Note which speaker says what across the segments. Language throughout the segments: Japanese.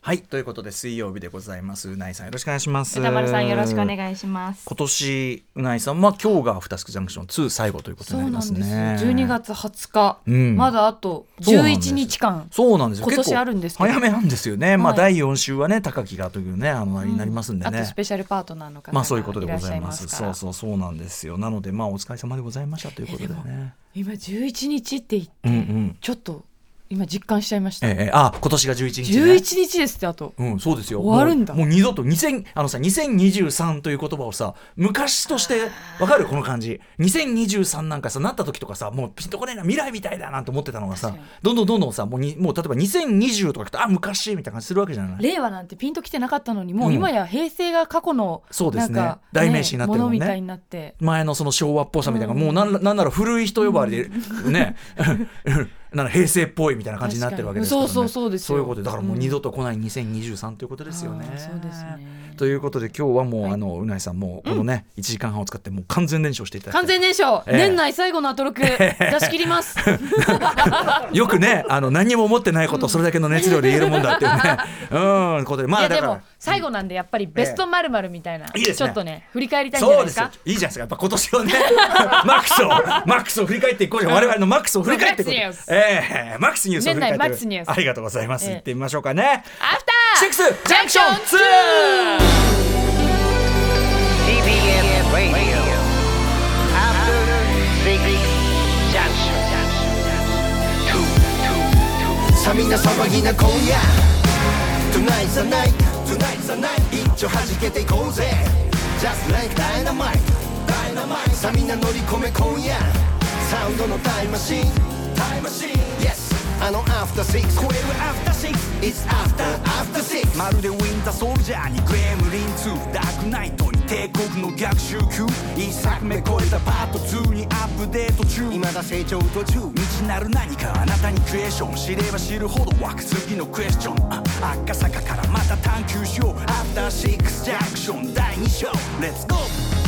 Speaker 1: はいということで水曜日でございますうないさんよろしくお願いします
Speaker 2: 歌丸さんよろしくお願いします
Speaker 1: 今年うないさんまあ今日がフタスクジャンクション2最後ということに
Speaker 2: そ
Speaker 1: な
Speaker 2: う
Speaker 1: り
Speaker 2: な
Speaker 1: ます
Speaker 2: んですよ
Speaker 1: ね
Speaker 2: 12月20日、
Speaker 1: うん
Speaker 2: まだあと11日間
Speaker 1: そうなんですよ
Speaker 2: 今年
Speaker 1: 結構
Speaker 2: あるんですけど
Speaker 1: 早めなんですよね、まあ
Speaker 2: はい
Speaker 1: 第4週はね高木がというねあのあれになりますんでね、
Speaker 2: あとスペシャルパートナーの方
Speaker 1: まあそういうことでご
Speaker 2: がいらっし
Speaker 1: ざ
Speaker 2: ゃ
Speaker 1: い
Speaker 2: い
Speaker 1: ま。
Speaker 2: ますすか
Speaker 1: そ
Speaker 2: ら
Speaker 1: うそうそうなんですよ。なのでまあお疲れ様でございましたということでね。
Speaker 2: 今11日って言って、
Speaker 1: うんうん。
Speaker 2: ちょっと今実感しちゃいました、
Speaker 1: ええええあ今年が11日ね。
Speaker 2: 11日ですってあと
Speaker 1: うん、そうですよ。
Speaker 2: 終わるんだ
Speaker 1: もうもう二度と、2000、あのさ、2023という言葉をさ、昔として、わかるこの感じ。2023なんかさ、なった時とかさ、もうピンとこねえな、未来みたいだなんて思ってたのがさ
Speaker 2: 確かに、
Speaker 1: どんどんどんどんさ、もうに、もう例えば2020とか来たあ、昔みたいな感じするわけじゃない。
Speaker 2: 令和なんてピンときてなかったのにも
Speaker 1: うん
Speaker 2: う今や平成が過去の
Speaker 1: そうで
Speaker 2: な
Speaker 1: す
Speaker 2: ん
Speaker 1: ね
Speaker 2: か、
Speaker 1: 代名詞になってるもんね
Speaker 2: ものみたいになって
Speaker 1: 前のその昭和っぽさみたいな、もうなんなんなら古い人呼ばわりで、ね なんか平成っぽいみたいな感じになってるわけですから、ね、
Speaker 2: 確かにそうそうそうですよ
Speaker 1: いうことでだからもう二度と来ない2023ということですよね。
Speaker 2: あーそうですね
Speaker 1: ということで今日はもう、あのうないさんもうこのね、一1時間半を使ってもう完全燃焼していただい
Speaker 2: 完
Speaker 1: て
Speaker 2: 全燃焼、
Speaker 1: ええ
Speaker 2: 年内最後のアトロク出し切ります
Speaker 1: よくねあの何も思ってないことをそれだけの熱量で言えるもんだっていう ねうんことでま
Speaker 2: い
Speaker 1: あ
Speaker 2: や
Speaker 1: だ
Speaker 2: で
Speaker 1: から
Speaker 2: も。最後なんでやっぱりベストまるまるみたいな、
Speaker 1: えいいです
Speaker 2: ちょ
Speaker 1: ね
Speaker 2: っとね振り返りたいんじゃな
Speaker 1: そ
Speaker 2: いうで
Speaker 1: ですすよ
Speaker 2: か。
Speaker 1: いいじゃないですか。やっぱ今年 はね、マックスを、マックスを振り返っていこうじゃん。我々のマックスを振り返っていこう。
Speaker 2: マックスニュース
Speaker 1: ええマックスニュースを振り返っていこう
Speaker 2: 年内マックスニュース
Speaker 1: ありがとうございます。
Speaker 2: ええ
Speaker 1: 行ってみましょうかね。
Speaker 2: アフ
Speaker 1: シ
Speaker 2: タ
Speaker 1: ッ
Speaker 2: ー
Speaker 1: クスジャンクション
Speaker 3: TBS Radio. After Six Junction. Two, two, two.
Speaker 4: さみな騒ぎな今夜 Tonight's the night Tonight's the night 一丁弾けていこうぜ Just like dynamite Dynamite さみな乗り込め今夜サウンドのタイムマシンタイムマシン Yes あのアフターシックス超えるアフターシックス It's after after six
Speaker 5: まるでウィンターソルジャーにグレムリン2ダークナイトに帝国の逆襲級一作目超えたパート2にアップデート中
Speaker 4: 未だ成長途中
Speaker 5: 未知なる何かあなたにクエスチョン知れば知るほど湧く次のクエスチョンあ赤坂からまた探求しようアフターシックスジャンクション第2章レッツゴー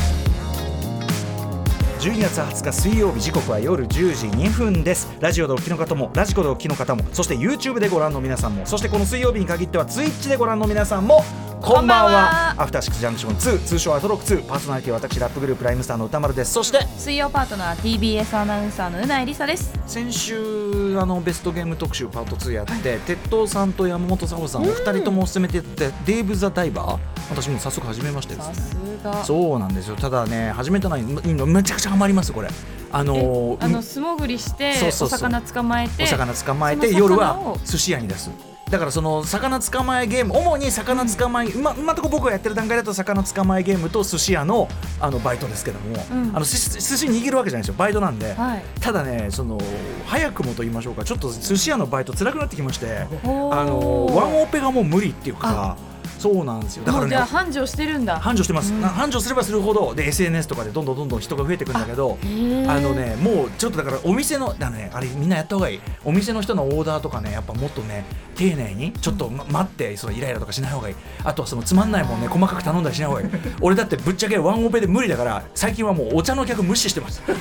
Speaker 1: 12月20日水曜日時刻は夜10時2分ですラジオでお聞きの方もラジコでお聞きの方もそして YouTube でご覧の皆さんもそしてこの水曜日に限っては Twitch でご覧の皆さんもこんばんは
Speaker 2: こんばんは
Speaker 1: アフターシックスジャンクション2通称アトロック2パーソナリティは私ラップグループライムスターの歌丸ですそして
Speaker 2: 水曜パートナー TBS アナウンサーのうないりさです。
Speaker 1: 先週あのベストゲーム特集パート2やって、鉄塔さんと山本沙帆さんお二人ともお勧めてって、デイブ・ザ・ダイバー私もう早速始めましてです
Speaker 2: さ
Speaker 1: ね
Speaker 2: すが。
Speaker 1: そうなんですよただね始めたのにいいのめちゃくちゃハマりますこれあの
Speaker 2: あの素潜りして
Speaker 1: そうそうそう
Speaker 2: お魚捕まえて
Speaker 1: お魚捕まえて
Speaker 2: その魚
Speaker 1: 夜
Speaker 2: を
Speaker 1: は寿司屋に出すだからその魚捕まえゲーム主に魚捕まえ、うまうまとこ僕がやってる段階だと魚捕まえゲームと寿司屋のあのバイトですけども、
Speaker 2: うん
Speaker 1: あの寿司寿司握るわけじゃないですよバイトなんで、
Speaker 2: はい
Speaker 1: ただねその早くもと言いましょうかちょっと寿司屋のバイト辛くなってきましてあ
Speaker 2: おー
Speaker 1: のワンオペがもう無理っていうかそうなんですよだか
Speaker 2: も
Speaker 1: ら
Speaker 2: う
Speaker 1: ね
Speaker 2: じゃあ繁盛してるんだ。
Speaker 1: 繁盛してます、な繁盛すればするほどで SNS とかでどんどんどんどん人が増えてくんだけど
Speaker 2: へー
Speaker 1: あのねもうちょっとだからお店のだ、ね、あれみんなやった方がいいお店の人のオーダーとかねやっぱもっとね丁寧にちょっと、ま待ってそのイライラとかしない方がいいあとはそのつまんないもんね細かく頼んだりしない方 がいい俺だってぶっちゃけワンオペで無理だから最近はもうお茶の客無視してます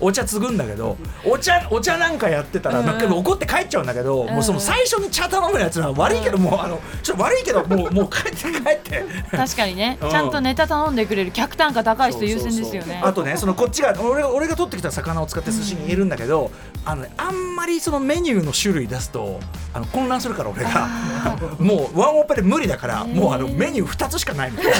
Speaker 1: お茶継ぐんだけどお茶お茶なんかやってたら、なんか怒って帰っちゃうんだけど、もうその最初に茶頼むやつは悪いけど、もうあのちょっと悪いけどもうもう帰って帰って。
Speaker 2: 確かにね、
Speaker 1: うん
Speaker 2: ちゃんとネタ頼んでくれる客単価高い人優先ですよね。
Speaker 1: あとねそのこっちが俺が俺が取ってきた魚を使って寿司に入れるんだけど、あのねあんまりそのメニューの種類出すとあの混乱するから俺が もうワンオペで無理だからもうあのメニュー2つしかないみたいな。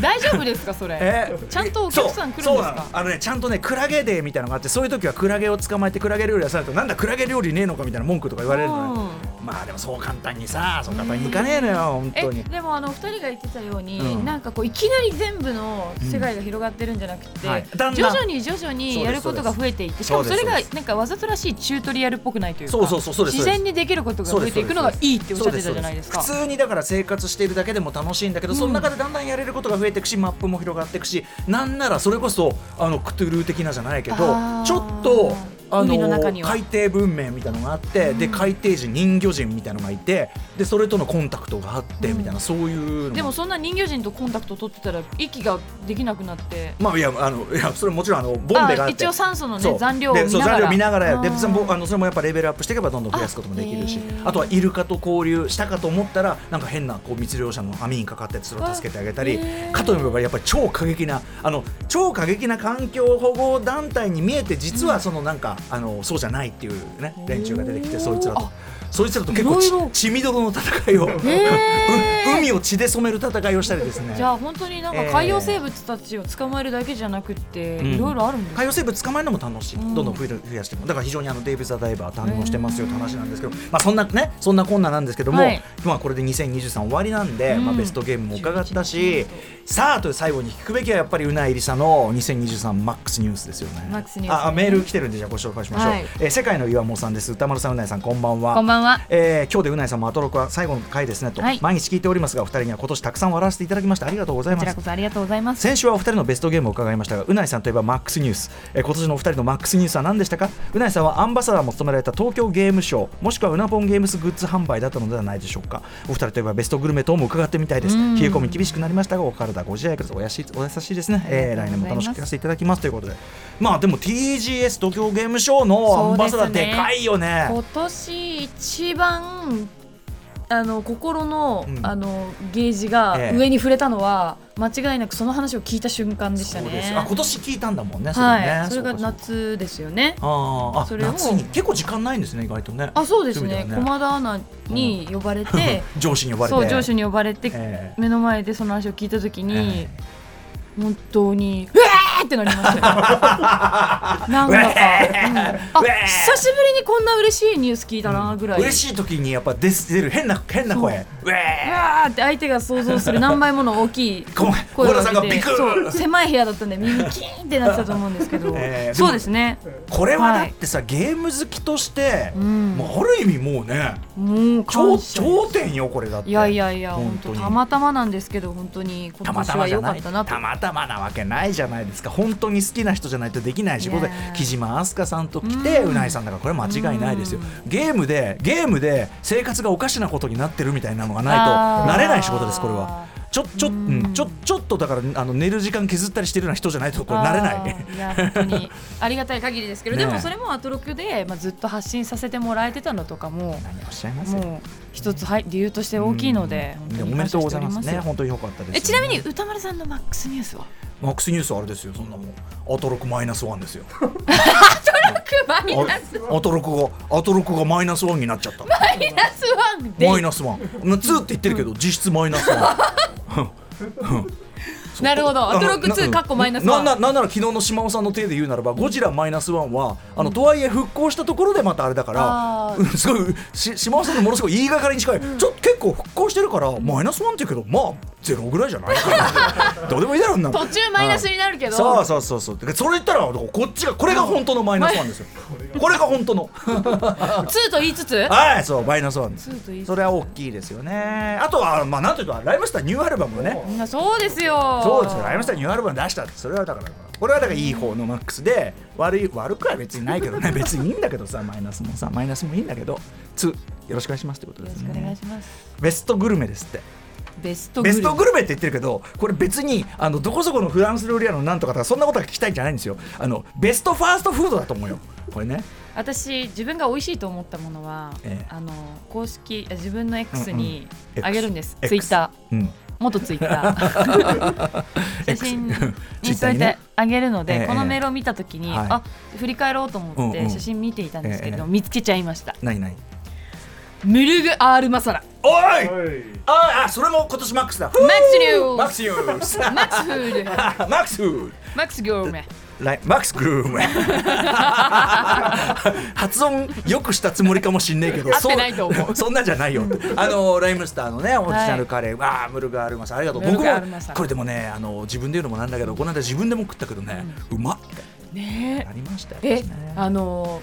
Speaker 2: 大丈夫ですかそれ、
Speaker 1: え
Speaker 2: ちゃんとお客さん来るんです
Speaker 1: そうそうなの
Speaker 2: か。
Speaker 1: あのねちゃんとねクラゲデーみたいなのがあってそういう時はクラゲを捕まえてクラゲ料理出されるとなんだクラゲ料理ねえのかみたいな文句とか言われるのねまあでもそう簡単にさそう簡単にいかねえのよ本
Speaker 2: え
Speaker 1: 当に。
Speaker 2: でもあのお二人が言ってたように、
Speaker 1: うん
Speaker 2: なんかこういきなり全部の世界が広がってるんじゃなくて、
Speaker 1: うんはいだんだん
Speaker 2: 徐々に徐々
Speaker 1: そう
Speaker 2: に
Speaker 1: です
Speaker 2: やることが増えていってしかも
Speaker 1: そ
Speaker 2: そう
Speaker 1: です
Speaker 2: れが
Speaker 1: そうです
Speaker 2: なんかわざとらしいチュートリアルっぽくないというか
Speaker 1: そうそうそうそうです
Speaker 2: 自然にできることが
Speaker 1: そう
Speaker 2: 増
Speaker 1: で
Speaker 2: え
Speaker 1: す
Speaker 2: ていくのがいいっておっしゃってたじゃないですか。
Speaker 1: そうです普通にだから生活しているだけでも楽しいんだけど、その中でだんだんやれることが増えていくしマップも広がっていくしなんならそれこそあのクトゥルー的なじゃないけど
Speaker 2: あー
Speaker 1: ちょっと。あの
Speaker 2: 海の中には
Speaker 1: 海底文明みたいなのがあって、で海底人人魚人みたいなのがいてでそれとのコンタクトがあって、みたいなそういうのも
Speaker 2: でもそんな人魚人とコンタクト取ってたら息ができなくなって
Speaker 1: まあいやあのいやそれもちろんあのボンベがあって
Speaker 2: あ一応酸素のね
Speaker 1: そう
Speaker 2: 残量を
Speaker 1: で
Speaker 2: 見ながら
Speaker 1: そう残量見ながらやで
Speaker 2: あー
Speaker 1: そのあのそれもやっぱレベルアップしていけばどんどん増やすこともできるし
Speaker 2: あへー
Speaker 1: あとはイルカと交流したかと思ったらなんか変なこう密漁者の網にかかってそれを助けてあげたり
Speaker 2: あへー
Speaker 1: かといえばやっぱり超過激なあの超過激な環境保護団体に見えて実はそのなんか、あのそうじゃないっていうね連中が出てきて
Speaker 2: おー
Speaker 1: そいつらと
Speaker 2: あ。
Speaker 1: そいつらと結構
Speaker 2: いろいろ
Speaker 1: ち血みどろの戦い を、
Speaker 2: へー
Speaker 1: う海を血で染める戦いをしたりですね
Speaker 2: じゃあ本当になんか海洋生物たちを捕まえるだけじゃなくって、
Speaker 1: ん
Speaker 2: いろいろあるんですね
Speaker 1: 海洋生物捕まえるのも楽しい、
Speaker 2: うん
Speaker 1: どんどん増える増やしてもだから非常にあのデイビス・ザ・ダイバー堪能してますよって話なんですけど、まあ、そんなねそんなこんななんですけども、
Speaker 2: はい
Speaker 1: まあ、これで2023終わりなんで、
Speaker 2: うん
Speaker 1: まあ、ベストゲームも伺った
Speaker 2: 11
Speaker 1: しさあという最後に聞くべきはやっぱりうないりさの2023マックスニュースですよね
Speaker 2: マックスニュース
Speaker 1: ああメール来てるんでじゃあご紹介しましょう、
Speaker 2: はい
Speaker 1: えー世界の岩本さんです歌丸さんうないさんこんばんは
Speaker 2: こんばんは
Speaker 1: えー今日でうないさんもアトロクは最後の回ですねと、
Speaker 2: はい
Speaker 1: 毎日聞いておりますがお二人には今年たくさん笑わせていただきましてありがとうござい
Speaker 2: こ
Speaker 1: ま
Speaker 2: ち
Speaker 1: す
Speaker 2: らこそありがとうございます
Speaker 1: 先週はお二人のベストゲームを伺いましたがうないさんといえばマックスニュース、えー今年のお二人のマックスニュースは何でしたかうないさんはアンバサダーも務められた東京ゲームショーもしくはうなぽんゲームスグッズ販売だったのではないでしょうかお二人といえばベストグルメ等も伺ってみたいです
Speaker 2: うん
Speaker 1: 冷え込み厳しくなりましたがお体ご自愛くださいおやしお優しいですね、えー
Speaker 2: あ
Speaker 1: 来
Speaker 2: り
Speaker 1: 年も
Speaker 2: がとうござい
Speaker 1: 楽
Speaker 2: ま
Speaker 1: し
Speaker 2: す
Speaker 1: く聞かせていただきますということでまあでも TGS 東京ゲームショーのアンバサダー
Speaker 2: そうですね
Speaker 1: でかいよね
Speaker 2: 今年一番あの心の,、
Speaker 1: うん
Speaker 2: あのゲージが
Speaker 1: ええ
Speaker 2: 上に触れたのは、間違いなくその話を聞いた瞬間でした
Speaker 1: そうです
Speaker 2: ね。
Speaker 1: あ今年聞いたんだもんねそれね、
Speaker 2: はい、それが
Speaker 1: うかうか
Speaker 2: 夏ですよね。
Speaker 1: あーあ
Speaker 2: それを
Speaker 1: 夏に結構時間ないんですね意外とね
Speaker 2: あ、そうです
Speaker 1: そういう意
Speaker 2: ね
Speaker 1: 味。ではね
Speaker 2: 駒田アナに呼ばれて、
Speaker 1: 上 司に呼ばれて
Speaker 2: そう上司に呼ばれて、
Speaker 1: ええ
Speaker 2: 目の前でその話を聞いたときに、
Speaker 1: え
Speaker 2: 本当にうわーってなりま したよ。なんだか、うんあ
Speaker 1: うえー
Speaker 2: 久しぶりにこんな嬉しいニュース聞いたなぐらい。
Speaker 1: 嬉しい時にやっぱ出す出る変な変な声う
Speaker 2: う
Speaker 1: え
Speaker 2: わーって相手が想像 する何倍もの大きい
Speaker 1: ごめん
Speaker 2: 声を上げ
Speaker 1: 小倉さんがビ
Speaker 2: て
Speaker 1: クッ
Speaker 2: そう狭い部屋だったんで耳キーンってなってたと思うんですけど、
Speaker 1: えー
Speaker 2: そうですね
Speaker 1: ーこれはだってさ、ゲーム好きとして、
Speaker 2: ん
Speaker 1: もうある意味もうね
Speaker 2: もう
Speaker 1: 頂
Speaker 2: 感謝
Speaker 1: 頂点よこれだって
Speaker 2: いやいやいや
Speaker 1: 本
Speaker 2: 本
Speaker 1: 当
Speaker 2: 当
Speaker 1: に
Speaker 2: たまたまなんですけど本当に
Speaker 1: た
Speaker 2: 今
Speaker 1: ま
Speaker 2: 年
Speaker 1: たま
Speaker 2: は
Speaker 1: じゃ
Speaker 2: 良か
Speaker 1: な
Speaker 2: っ
Speaker 1: い
Speaker 2: たなと
Speaker 1: たまたまなわけないじゃないですか本当に好きな人じゃないとできない仕事で
Speaker 2: いやー
Speaker 1: 木島明日香さんと来て
Speaker 2: うん
Speaker 1: うないさんだからこれは間違いないですよゲームでゲームで生活がおかしなことになってるみたいなのがないと
Speaker 2: あー
Speaker 1: なれない仕事ですこれはちょちょ,、うん、ちょちょっとだからあの寝る時間削ったりしてるような人じゃないとこれなれない
Speaker 2: あーいや本当にありがたい限りですけど、
Speaker 1: ねえ
Speaker 2: でもそれもアトロクで、まあ、ずっと発信させてもらえてたのとかも
Speaker 1: 何をおっしゃいます
Speaker 2: もう一つ、はい、理由として大きいので、本当
Speaker 1: お
Speaker 2: に
Speaker 1: め
Speaker 2: 感
Speaker 1: でと
Speaker 2: 謝
Speaker 1: うご
Speaker 2: して
Speaker 1: ざ
Speaker 2: お
Speaker 1: い
Speaker 2: り
Speaker 1: ます
Speaker 2: ます
Speaker 1: ね。
Speaker 2: よ
Speaker 1: 本当に良かったです。
Speaker 2: えちなみに歌丸さんのマックスニュー スは
Speaker 1: マックスニュースあれですよ。そんなもん。アトロクマイナスワンですよ。
Speaker 2: マイナス
Speaker 1: あアトロクがアトロクがマイナスワンになっちゃった。
Speaker 2: マイナスワンで
Speaker 1: マイナスワン。まあツーって言ってるけど実質マイナ スワン。
Speaker 2: なるほど。アトロック
Speaker 1: な
Speaker 2: 2、カッコマイナス
Speaker 1: な
Speaker 2: 1。
Speaker 1: ななんなら昨日の島尾さんの手で言うならばゴジラマイナスワンはあのとはいえ復興したところでまたあれだから
Speaker 2: あー
Speaker 1: うんすごいし島尾さんのものすごい言いがかりに近い、ちょっと結構復興してるからマイナスワンって言うけどまあゼロぐらいじゃないかなどうでもいいだろうな
Speaker 2: 途中マイナスになるけど。
Speaker 1: そうそうそうそうでそれ言ったらこっちがこれが本当のマイナスワンですよこれが本当の
Speaker 2: 2と言いつつ。
Speaker 1: はいそうマイナスワンです
Speaker 2: 2と言いつ
Speaker 1: それは大きいですよねあとはまあなんていうかライムスターニューアルバムをね
Speaker 2: つ。そうですよ。
Speaker 1: そうですよライムスターニューアルバム出したってそれはだからこれはだからいい方のマックスで悪い悪くは別にないけどね別にいいんだけどさマイナスもさマイナスもいいんだけど2よろしくお願いしますってこと
Speaker 2: よ
Speaker 1: で
Speaker 2: ろ
Speaker 1: す
Speaker 2: しくお願い
Speaker 1: ね
Speaker 2: します。
Speaker 1: ベストグルメですって
Speaker 2: ベストグ
Speaker 1: ベ
Speaker 2: ル
Speaker 1: ス
Speaker 2: メ
Speaker 1: トグルメって言ってるけどこれ別にあのどこそこのフランス料理屋のなんとかとかそんなことが聞きたいんじゃないんですよあのベストファーストフードだと思うよこれね
Speaker 2: 私自分が美味しいと思ったものは、
Speaker 1: ええ
Speaker 2: あの公式自分の X に
Speaker 1: うんうん
Speaker 2: あげるんです。
Speaker 1: X
Speaker 2: ツイッター。
Speaker 1: うん
Speaker 2: 元ツイッター 写
Speaker 1: X
Speaker 2: 真に
Speaker 1: Twitter
Speaker 2: 添え
Speaker 1: にね
Speaker 2: てあげるの
Speaker 1: ええ
Speaker 2: でこのメールを見たときに
Speaker 1: はい
Speaker 2: あ振り返ろうと思っ
Speaker 1: うんう
Speaker 2: て
Speaker 1: ん
Speaker 2: 写真見ていたんですけれ
Speaker 1: え
Speaker 2: ど
Speaker 1: え
Speaker 2: 見つけちゃいました
Speaker 1: 何何
Speaker 2: ムルグアールマサラ
Speaker 1: おいああそれも今年マックスだマ
Speaker 2: マックスニュ
Speaker 1: マッ
Speaker 2: ー
Speaker 1: クスニュース
Speaker 2: マックスフール
Speaker 1: マックスフード
Speaker 2: マックスグルメ
Speaker 1: ライマックスグルーム 発音よくしたつもりかもしんないけど
Speaker 2: 合ってないと思
Speaker 1: う そんなんじゃないよってあのライムスターのねオリジナルカレー、わあムルガールマサありがとう
Speaker 2: ムル
Speaker 1: 僕も
Speaker 2: ガールマサ
Speaker 1: これでもねあの自分で言うのもなんだけどこの間自分でも食ったけどね、うまっ
Speaker 2: ね
Speaker 1: なりましたよ
Speaker 2: ええ
Speaker 1: 私ね
Speaker 2: あの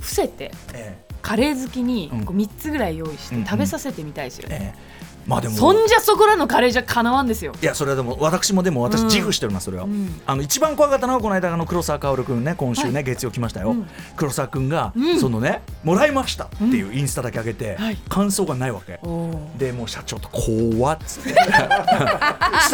Speaker 2: ー伏せて
Speaker 1: え
Speaker 2: カレー好きに
Speaker 1: うん
Speaker 2: こう3つぐらい用意し
Speaker 1: うんうん
Speaker 2: て食べさせてみたいですよ
Speaker 1: え
Speaker 2: ね、
Speaker 1: ええまあでも
Speaker 2: そんじゃそこらのカレーじゃかなわんですよ
Speaker 1: いやそれはでも私もでも私
Speaker 2: うん
Speaker 1: 自負しておりますそれは、
Speaker 2: ん
Speaker 1: あの一番怖かったのはこの間あの黒沢薫君ね今週ね、
Speaker 2: はい
Speaker 1: 月曜来ましたよ、
Speaker 2: うん
Speaker 1: 黒沢君が、
Speaker 2: うん
Speaker 1: そのねもらいましたっていうインスタだけ上げて、
Speaker 2: はい
Speaker 1: 感想がないわけ、
Speaker 2: おー
Speaker 1: でもう社長と怖っつってそした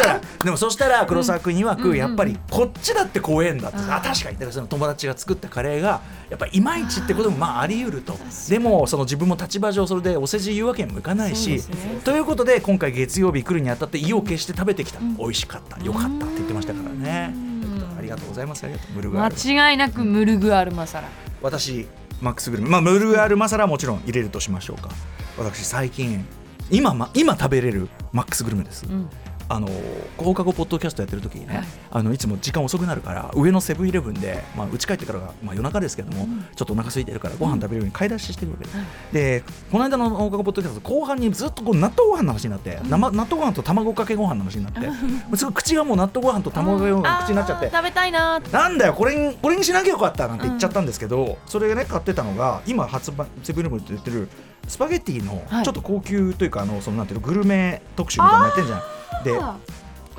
Speaker 1: らでもそしたら黒沢君曰く、
Speaker 2: うん
Speaker 1: やっぱりこっちだって怖えんだって、
Speaker 2: あー
Speaker 1: あ確かにだからその友達が作ったカレーがやっぱいまいちってこともまああり得ると
Speaker 2: かに
Speaker 1: でもその自分も立場上それでお世辞言うわけにもいかないし、
Speaker 2: そうですね
Speaker 1: ということで今回月曜日来るにあたって意を決して食べてきた、
Speaker 2: ん
Speaker 1: 美味しかったよかったって言ってましたからね
Speaker 2: うん
Speaker 1: ありがとうございますありがとうブルガール
Speaker 2: 間違いなくムルグアルマサラ
Speaker 1: 私マックスグルメまあムルガールマサラはもちろん入れるとしましょうか私最近今,、ま、今食べれるマックスグルメです、
Speaker 2: うん
Speaker 1: あの放課後ポッドキャストやってる時にね、
Speaker 2: はい
Speaker 1: い、あのいつも時間遅くなるから上のセブンイレブンで、まあ、家帰ってからが、まあ、夜中ですけども、ちょっとお腹空いてるからご飯食べるように買い出ししてるわけです、でこの間の放課後ポッドキャスト後半にずっとこう納豆ご飯の話になって、生納豆ご飯と卵かけご飯の話になって、もうすごい口がもう納豆ご飯と卵かけご飯の口になっちゃって
Speaker 2: あー食べたいなー
Speaker 1: なんだよこれにこれにしなきゃよかったなんて言っちゃったんですけど、それがね買ってたのが今発売セブンイレブンで売ってるスパゲッティの
Speaker 2: はい
Speaker 1: ちょっと高級というか、あのそのなんていうのグルメ特集みたいなのやってんじゃないで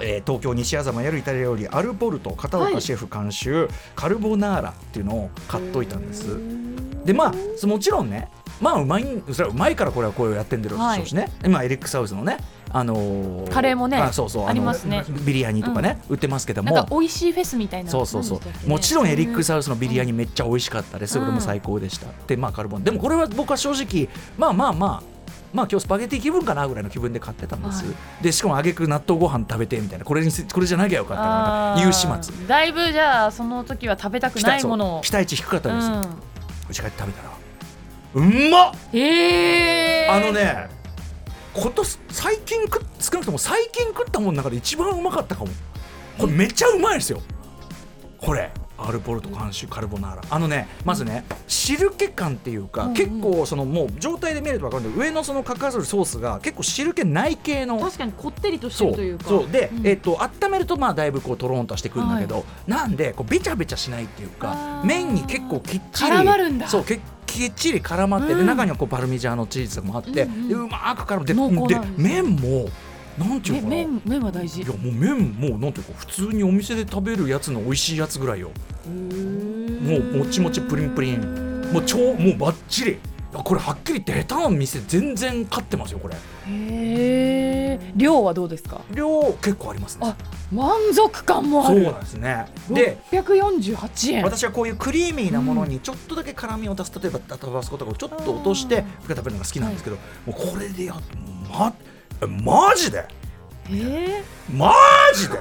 Speaker 1: えー東京西麻布にあるイタリア料理アルポルト片岡シェフ監修、カルボナーラっていうのを買っといたんですでまあそもちろんねまあうまいんそれはうまいからこれはこれをやってんでるでしょうしね、今エレックスハウスのねあの
Speaker 2: カレーもね
Speaker 1: あそうそうの
Speaker 2: ありますね
Speaker 1: ビリヤニとかね、売ってますけど
Speaker 2: な
Speaker 1: も
Speaker 2: んか美味しいフェスみたいな
Speaker 1: そうそうそう、
Speaker 2: なんでしたっけね
Speaker 1: もちろんエリック・サウスのビリヤニめっちゃ美味しかったです、
Speaker 2: うん
Speaker 1: これも最高でしたでまあカルボンでもこれは僕は正直まあまあまあまあ今日スパゲティ気分かなぐらいの気分で買ってたんです、
Speaker 2: は
Speaker 1: でしかもあげく納豆ご飯食べてみたいなこれにこれじゃなきゃよかったななん
Speaker 2: あ
Speaker 1: か
Speaker 2: ー
Speaker 1: いう始末
Speaker 2: だいぶじゃあその時は食べたく
Speaker 1: 期
Speaker 2: な
Speaker 1: 待
Speaker 2: い
Speaker 1: そう
Speaker 2: ものを
Speaker 1: 期待値低かったんです、う
Speaker 2: うん
Speaker 1: ち帰って食べたらうんまっ
Speaker 2: えー、
Speaker 1: あのねこと最近食っ少なくとも最近食ったものの中で一番うまかったかもこれめっちゃうまいですよこれアルポルト監修カルボナーラあのねまずね汁気感っていうか、
Speaker 2: うんうん
Speaker 1: 結構そのもう状態で見ると分かるんで上のそのかかるソースが結構汁気ない系の
Speaker 2: 確かにこってりとして
Speaker 1: そ
Speaker 2: るという
Speaker 1: う
Speaker 2: か
Speaker 1: そうで、
Speaker 2: ん
Speaker 1: えっと温めるとまあだいぶこうとろんとしてくるんだけど、なんでこうべちゃべちゃしないっていうか
Speaker 2: あー
Speaker 1: 麺に結構きっちり
Speaker 2: 絡まるんだ
Speaker 1: そうけきっちり絡まって、
Speaker 2: う
Speaker 1: で
Speaker 2: ん
Speaker 1: 中にはこうパルミジャーノチーズとかもあって、でう
Speaker 2: うんうん
Speaker 1: まーく絡まって
Speaker 2: 濃厚
Speaker 1: で
Speaker 2: なんです
Speaker 1: 麺もなんていう
Speaker 2: め
Speaker 1: のかな。い
Speaker 2: 麺麺は大事
Speaker 1: やもう麺もうなんていうか普通にお店で食べるやつの美味しいやつぐらいよも
Speaker 2: も
Speaker 1: うもちもちプリンプリンもう超もうバッチリいやこれはっきり言って下手な店全然勝ってますよこれ
Speaker 2: へえ量はどうですか
Speaker 1: 量結構ありますね
Speaker 2: あ満足感もあ
Speaker 1: そう
Speaker 2: る
Speaker 1: なんですねで
Speaker 2: 648円
Speaker 1: 私はこういうクリーミーなものにちょっとだけ辛みを足す例えばタバスコとかをちょっと落としてふか食べるのが好きなんですけど、もうこれでやまえマジで
Speaker 2: え
Speaker 1: マジで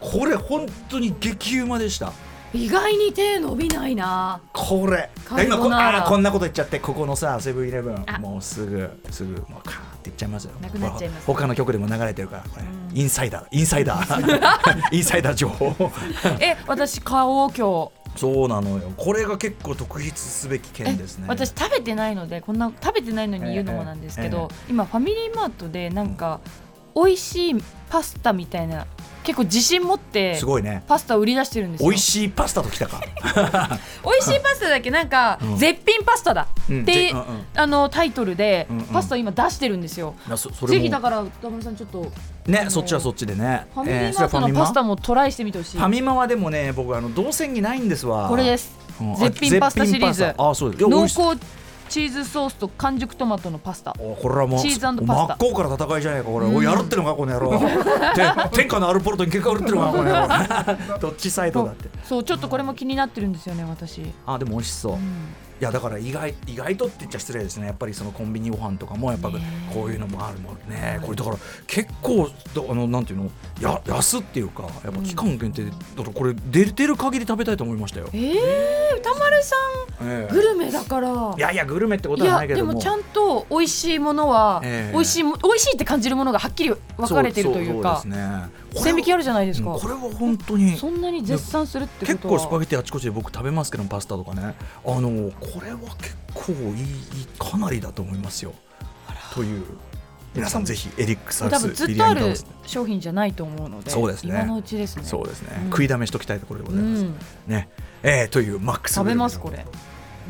Speaker 1: これ本当に激うまでした
Speaker 2: ー、意外に手伸びないな
Speaker 1: これ
Speaker 2: カルボ
Speaker 1: こ
Speaker 2: ナーラ
Speaker 1: あーこんなこと言っちゃってここのさセブンイレブン
Speaker 2: あ
Speaker 1: もうすぐすぐもうカーって言っちゃいますよ
Speaker 2: なくなっちゃいます
Speaker 1: ほら他の曲でも流れてるからこれ、
Speaker 2: うん
Speaker 1: インサイダーインサイダ ーインサイダー情報
Speaker 2: え私買おう今
Speaker 1: そうなのよこれが結構特筆すべき件
Speaker 2: 日
Speaker 1: ですね
Speaker 2: え私食べてないのでこんな食べてないのに言うのもなんですけど、今ファミリーマートでなんか美味しいパスタみたいな結構自信持って
Speaker 1: すごいね
Speaker 2: パスタ売り出してるんですよ
Speaker 1: 美味しいパスタときた か。
Speaker 2: 美味しいパスタだっけなんか、
Speaker 1: うん
Speaker 2: 絶品パスタだ
Speaker 1: うん
Speaker 2: って、
Speaker 1: ぜうんうん
Speaker 2: あのタイトルで、
Speaker 1: うんうん
Speaker 2: パスタ今出してるんですよ
Speaker 1: なそそ
Speaker 2: ぜ
Speaker 1: れ
Speaker 2: ひだ
Speaker 1: も
Speaker 2: から田村さんちょっと
Speaker 1: ね、そっちはそっちでね。
Speaker 2: ファミリ
Speaker 1: え
Speaker 2: ー
Speaker 1: それ
Speaker 2: マ
Speaker 1: は
Speaker 2: ートのパスタ
Speaker 1: フ
Speaker 2: もトライしてみてほしい、
Speaker 1: ァミマはでもね、僕あの動線にないんですわ。
Speaker 2: これです
Speaker 1: うん。あ
Speaker 2: 絶品パスタシリーズ
Speaker 1: 絶品パスタあ、そうです。いや
Speaker 2: 濃
Speaker 1: 美味しい
Speaker 2: 厚チーズソースと完熟トマトのパスタ
Speaker 1: おこれはもう
Speaker 2: チーズパスタ
Speaker 1: 真っ向から戦いじゃないかこれ、
Speaker 2: うん
Speaker 1: おいやるってのかこの野 郎て天下のアルポルトに結果売るってのかこの野郎 どっちサイドだって
Speaker 2: そうちょっとこれも気になってるんですよね私、
Speaker 1: あでも美味しそう、いやだから意外意外とって言っちゃ失礼ですねやっぱりそのコンビニご飯とかもやっぱ
Speaker 2: ね
Speaker 1: こういうのもあるもんねこれだから結構どあのなんていうのや安っていうかやっぱ期間限定でだからこれ出てる限り食べたいと思いましたよ、
Speaker 2: ええー、歌丸さ
Speaker 1: え
Speaker 2: ん
Speaker 1: え
Speaker 2: グルメだから
Speaker 1: いやいやグルメってこ
Speaker 2: い
Speaker 1: とはな
Speaker 2: や
Speaker 1: いけ
Speaker 2: で
Speaker 1: ども
Speaker 2: もちゃんと美味しいものは、
Speaker 1: ええ
Speaker 2: 美味しいも美味しいって感じるものがはっきり分かれてるというか
Speaker 1: そうそうそうですね
Speaker 2: 線引きあるじゃない
Speaker 1: で
Speaker 2: ですか、
Speaker 1: これは本当に
Speaker 2: そんなに絶賛するってことは
Speaker 1: 結構スパゲティあちこちで僕食べますけどパスタとかねあのこれは結構いいかなりだと思いますよという皆さんぜひエリックサウ
Speaker 2: 多
Speaker 1: ス
Speaker 2: 分ず
Speaker 1: ビ
Speaker 2: っ
Speaker 1: リ
Speaker 2: と
Speaker 1: ヤ
Speaker 2: あ
Speaker 1: ニ
Speaker 2: る
Speaker 1: タウンス
Speaker 2: 商品じゃないと思うので
Speaker 1: そうですね
Speaker 2: 今のうちですね
Speaker 1: そうですね、
Speaker 2: うん
Speaker 1: 食いだめしときたいところでございます、
Speaker 2: うん
Speaker 1: ねえーというマックス
Speaker 2: 食べます
Speaker 1: ブルー
Speaker 2: これ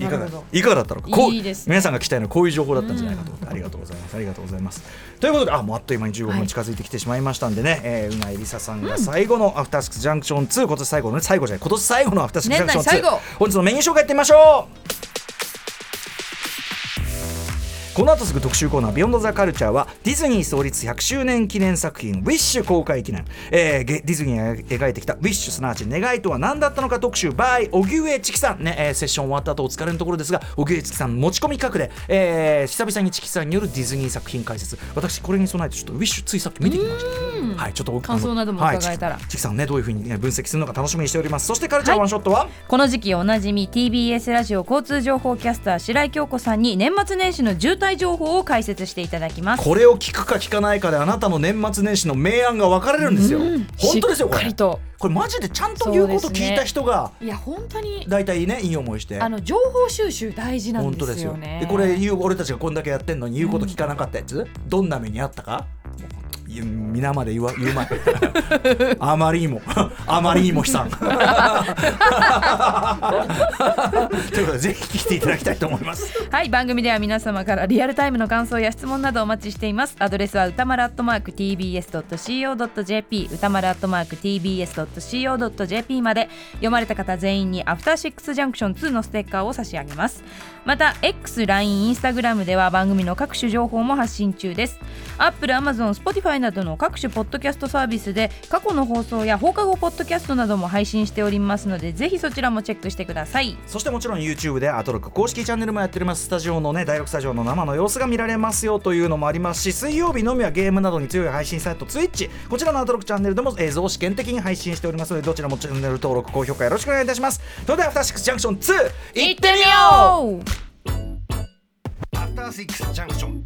Speaker 1: いか
Speaker 6: な
Speaker 1: が
Speaker 6: るほど
Speaker 1: いかがだったのかこう
Speaker 6: いいですね
Speaker 1: 皆さんが期待のこういう情報だったんじゃないかと思って、ありがとうございますありがとうございますということであもうあっという間に15分
Speaker 6: は
Speaker 1: も
Speaker 6: い
Speaker 1: 近づいてきてしまいましたんでね、えーうないりささんが最後のアフターシックスジャンクション2、今年最後のね最後じゃない今年最後のアフターシックスジャンクション2
Speaker 6: 年内最後
Speaker 1: 本日のメニュー紹介やってみましょうこの後すぐ特集コーナー「ビヨンド・ザ・カルチャー」はディズニー創立100周年記念作品「ウィッシュ」公開記念、えーゲディズニーが描いてきた「ウィッシュ」すなわち願いとは何だったのか特集 by 荻上チキさんね、えーセッション終わった後お疲れのところですが荻上チキさん持ち込み企画で、えー久々にチキさんによるディズニー作品解説私これに備えてちょっと「ウィッシュ」ついさっき見てきましたはいちょっと
Speaker 6: 感想なども伺えたら
Speaker 1: はいチキチキさんねどういうふうにね分析するのか楽しみにしておりますそしてカルチャーワンショットは、
Speaker 2: この時期おなじみ TBS ラジオ交通情報キャスター白井京子さんに年末年始の渋滞情報を解説していただきます
Speaker 1: これを聞くか聞かないかであなたの年末年始の明暗が分かれるんですよ、本当ですよ
Speaker 6: しっ
Speaker 1: こ
Speaker 6: か
Speaker 1: れ
Speaker 6: りと
Speaker 1: これマジでちゃんと言うこと
Speaker 6: そうですね
Speaker 1: 聞いた人が
Speaker 6: いや本当に
Speaker 1: 大体ねいい思いして
Speaker 6: あの情報収集大事なん
Speaker 1: 本
Speaker 6: で
Speaker 1: 当ですす
Speaker 6: よ
Speaker 1: よ
Speaker 6: ね
Speaker 1: でこれ言う俺たちがこんだけやってんのに言うこと聞かなかったやつ、どんな目にあったかもういや皆まで言わ言 うまいあまりにもあまりにも 悲惨ということでぜひ聞いていただきたいと思います
Speaker 2: はい番組では皆様からリアルタイムの感想や質問などお待ちしていますアドレスは歌丸アットマーク tbs.co.jp 歌丸アットマーク tbs.co.jp まで読まれた方全員にアフターシックスジャンクション2のステッカーを差し上げますまた XLINE インスタグラムでは番組の各種情報も発信中ですアップル、アマゾン、スポティファイなどの各種ポッドキャストサービスで過去の放送や放課後ポッドキャストなども配信しておりますのでぜひそちらもチェックしてください
Speaker 1: そしてもちろん YouTube でアトロック公式チャンネルもやっておりますスタジオのね第6スタジオの生の様子が見られますよというのもありますし水曜日のみはゲームなどに強い配信サイト Twitch こちらのアトロックチャンネルでも映像を試験的に配信しておりますのでどちらもチャンネル登録高評価よろしくお願いいたしますそれでは「アフターシックスジャンクション2」いってみよう
Speaker 2: よう
Speaker 7: アフターシックスジャンクション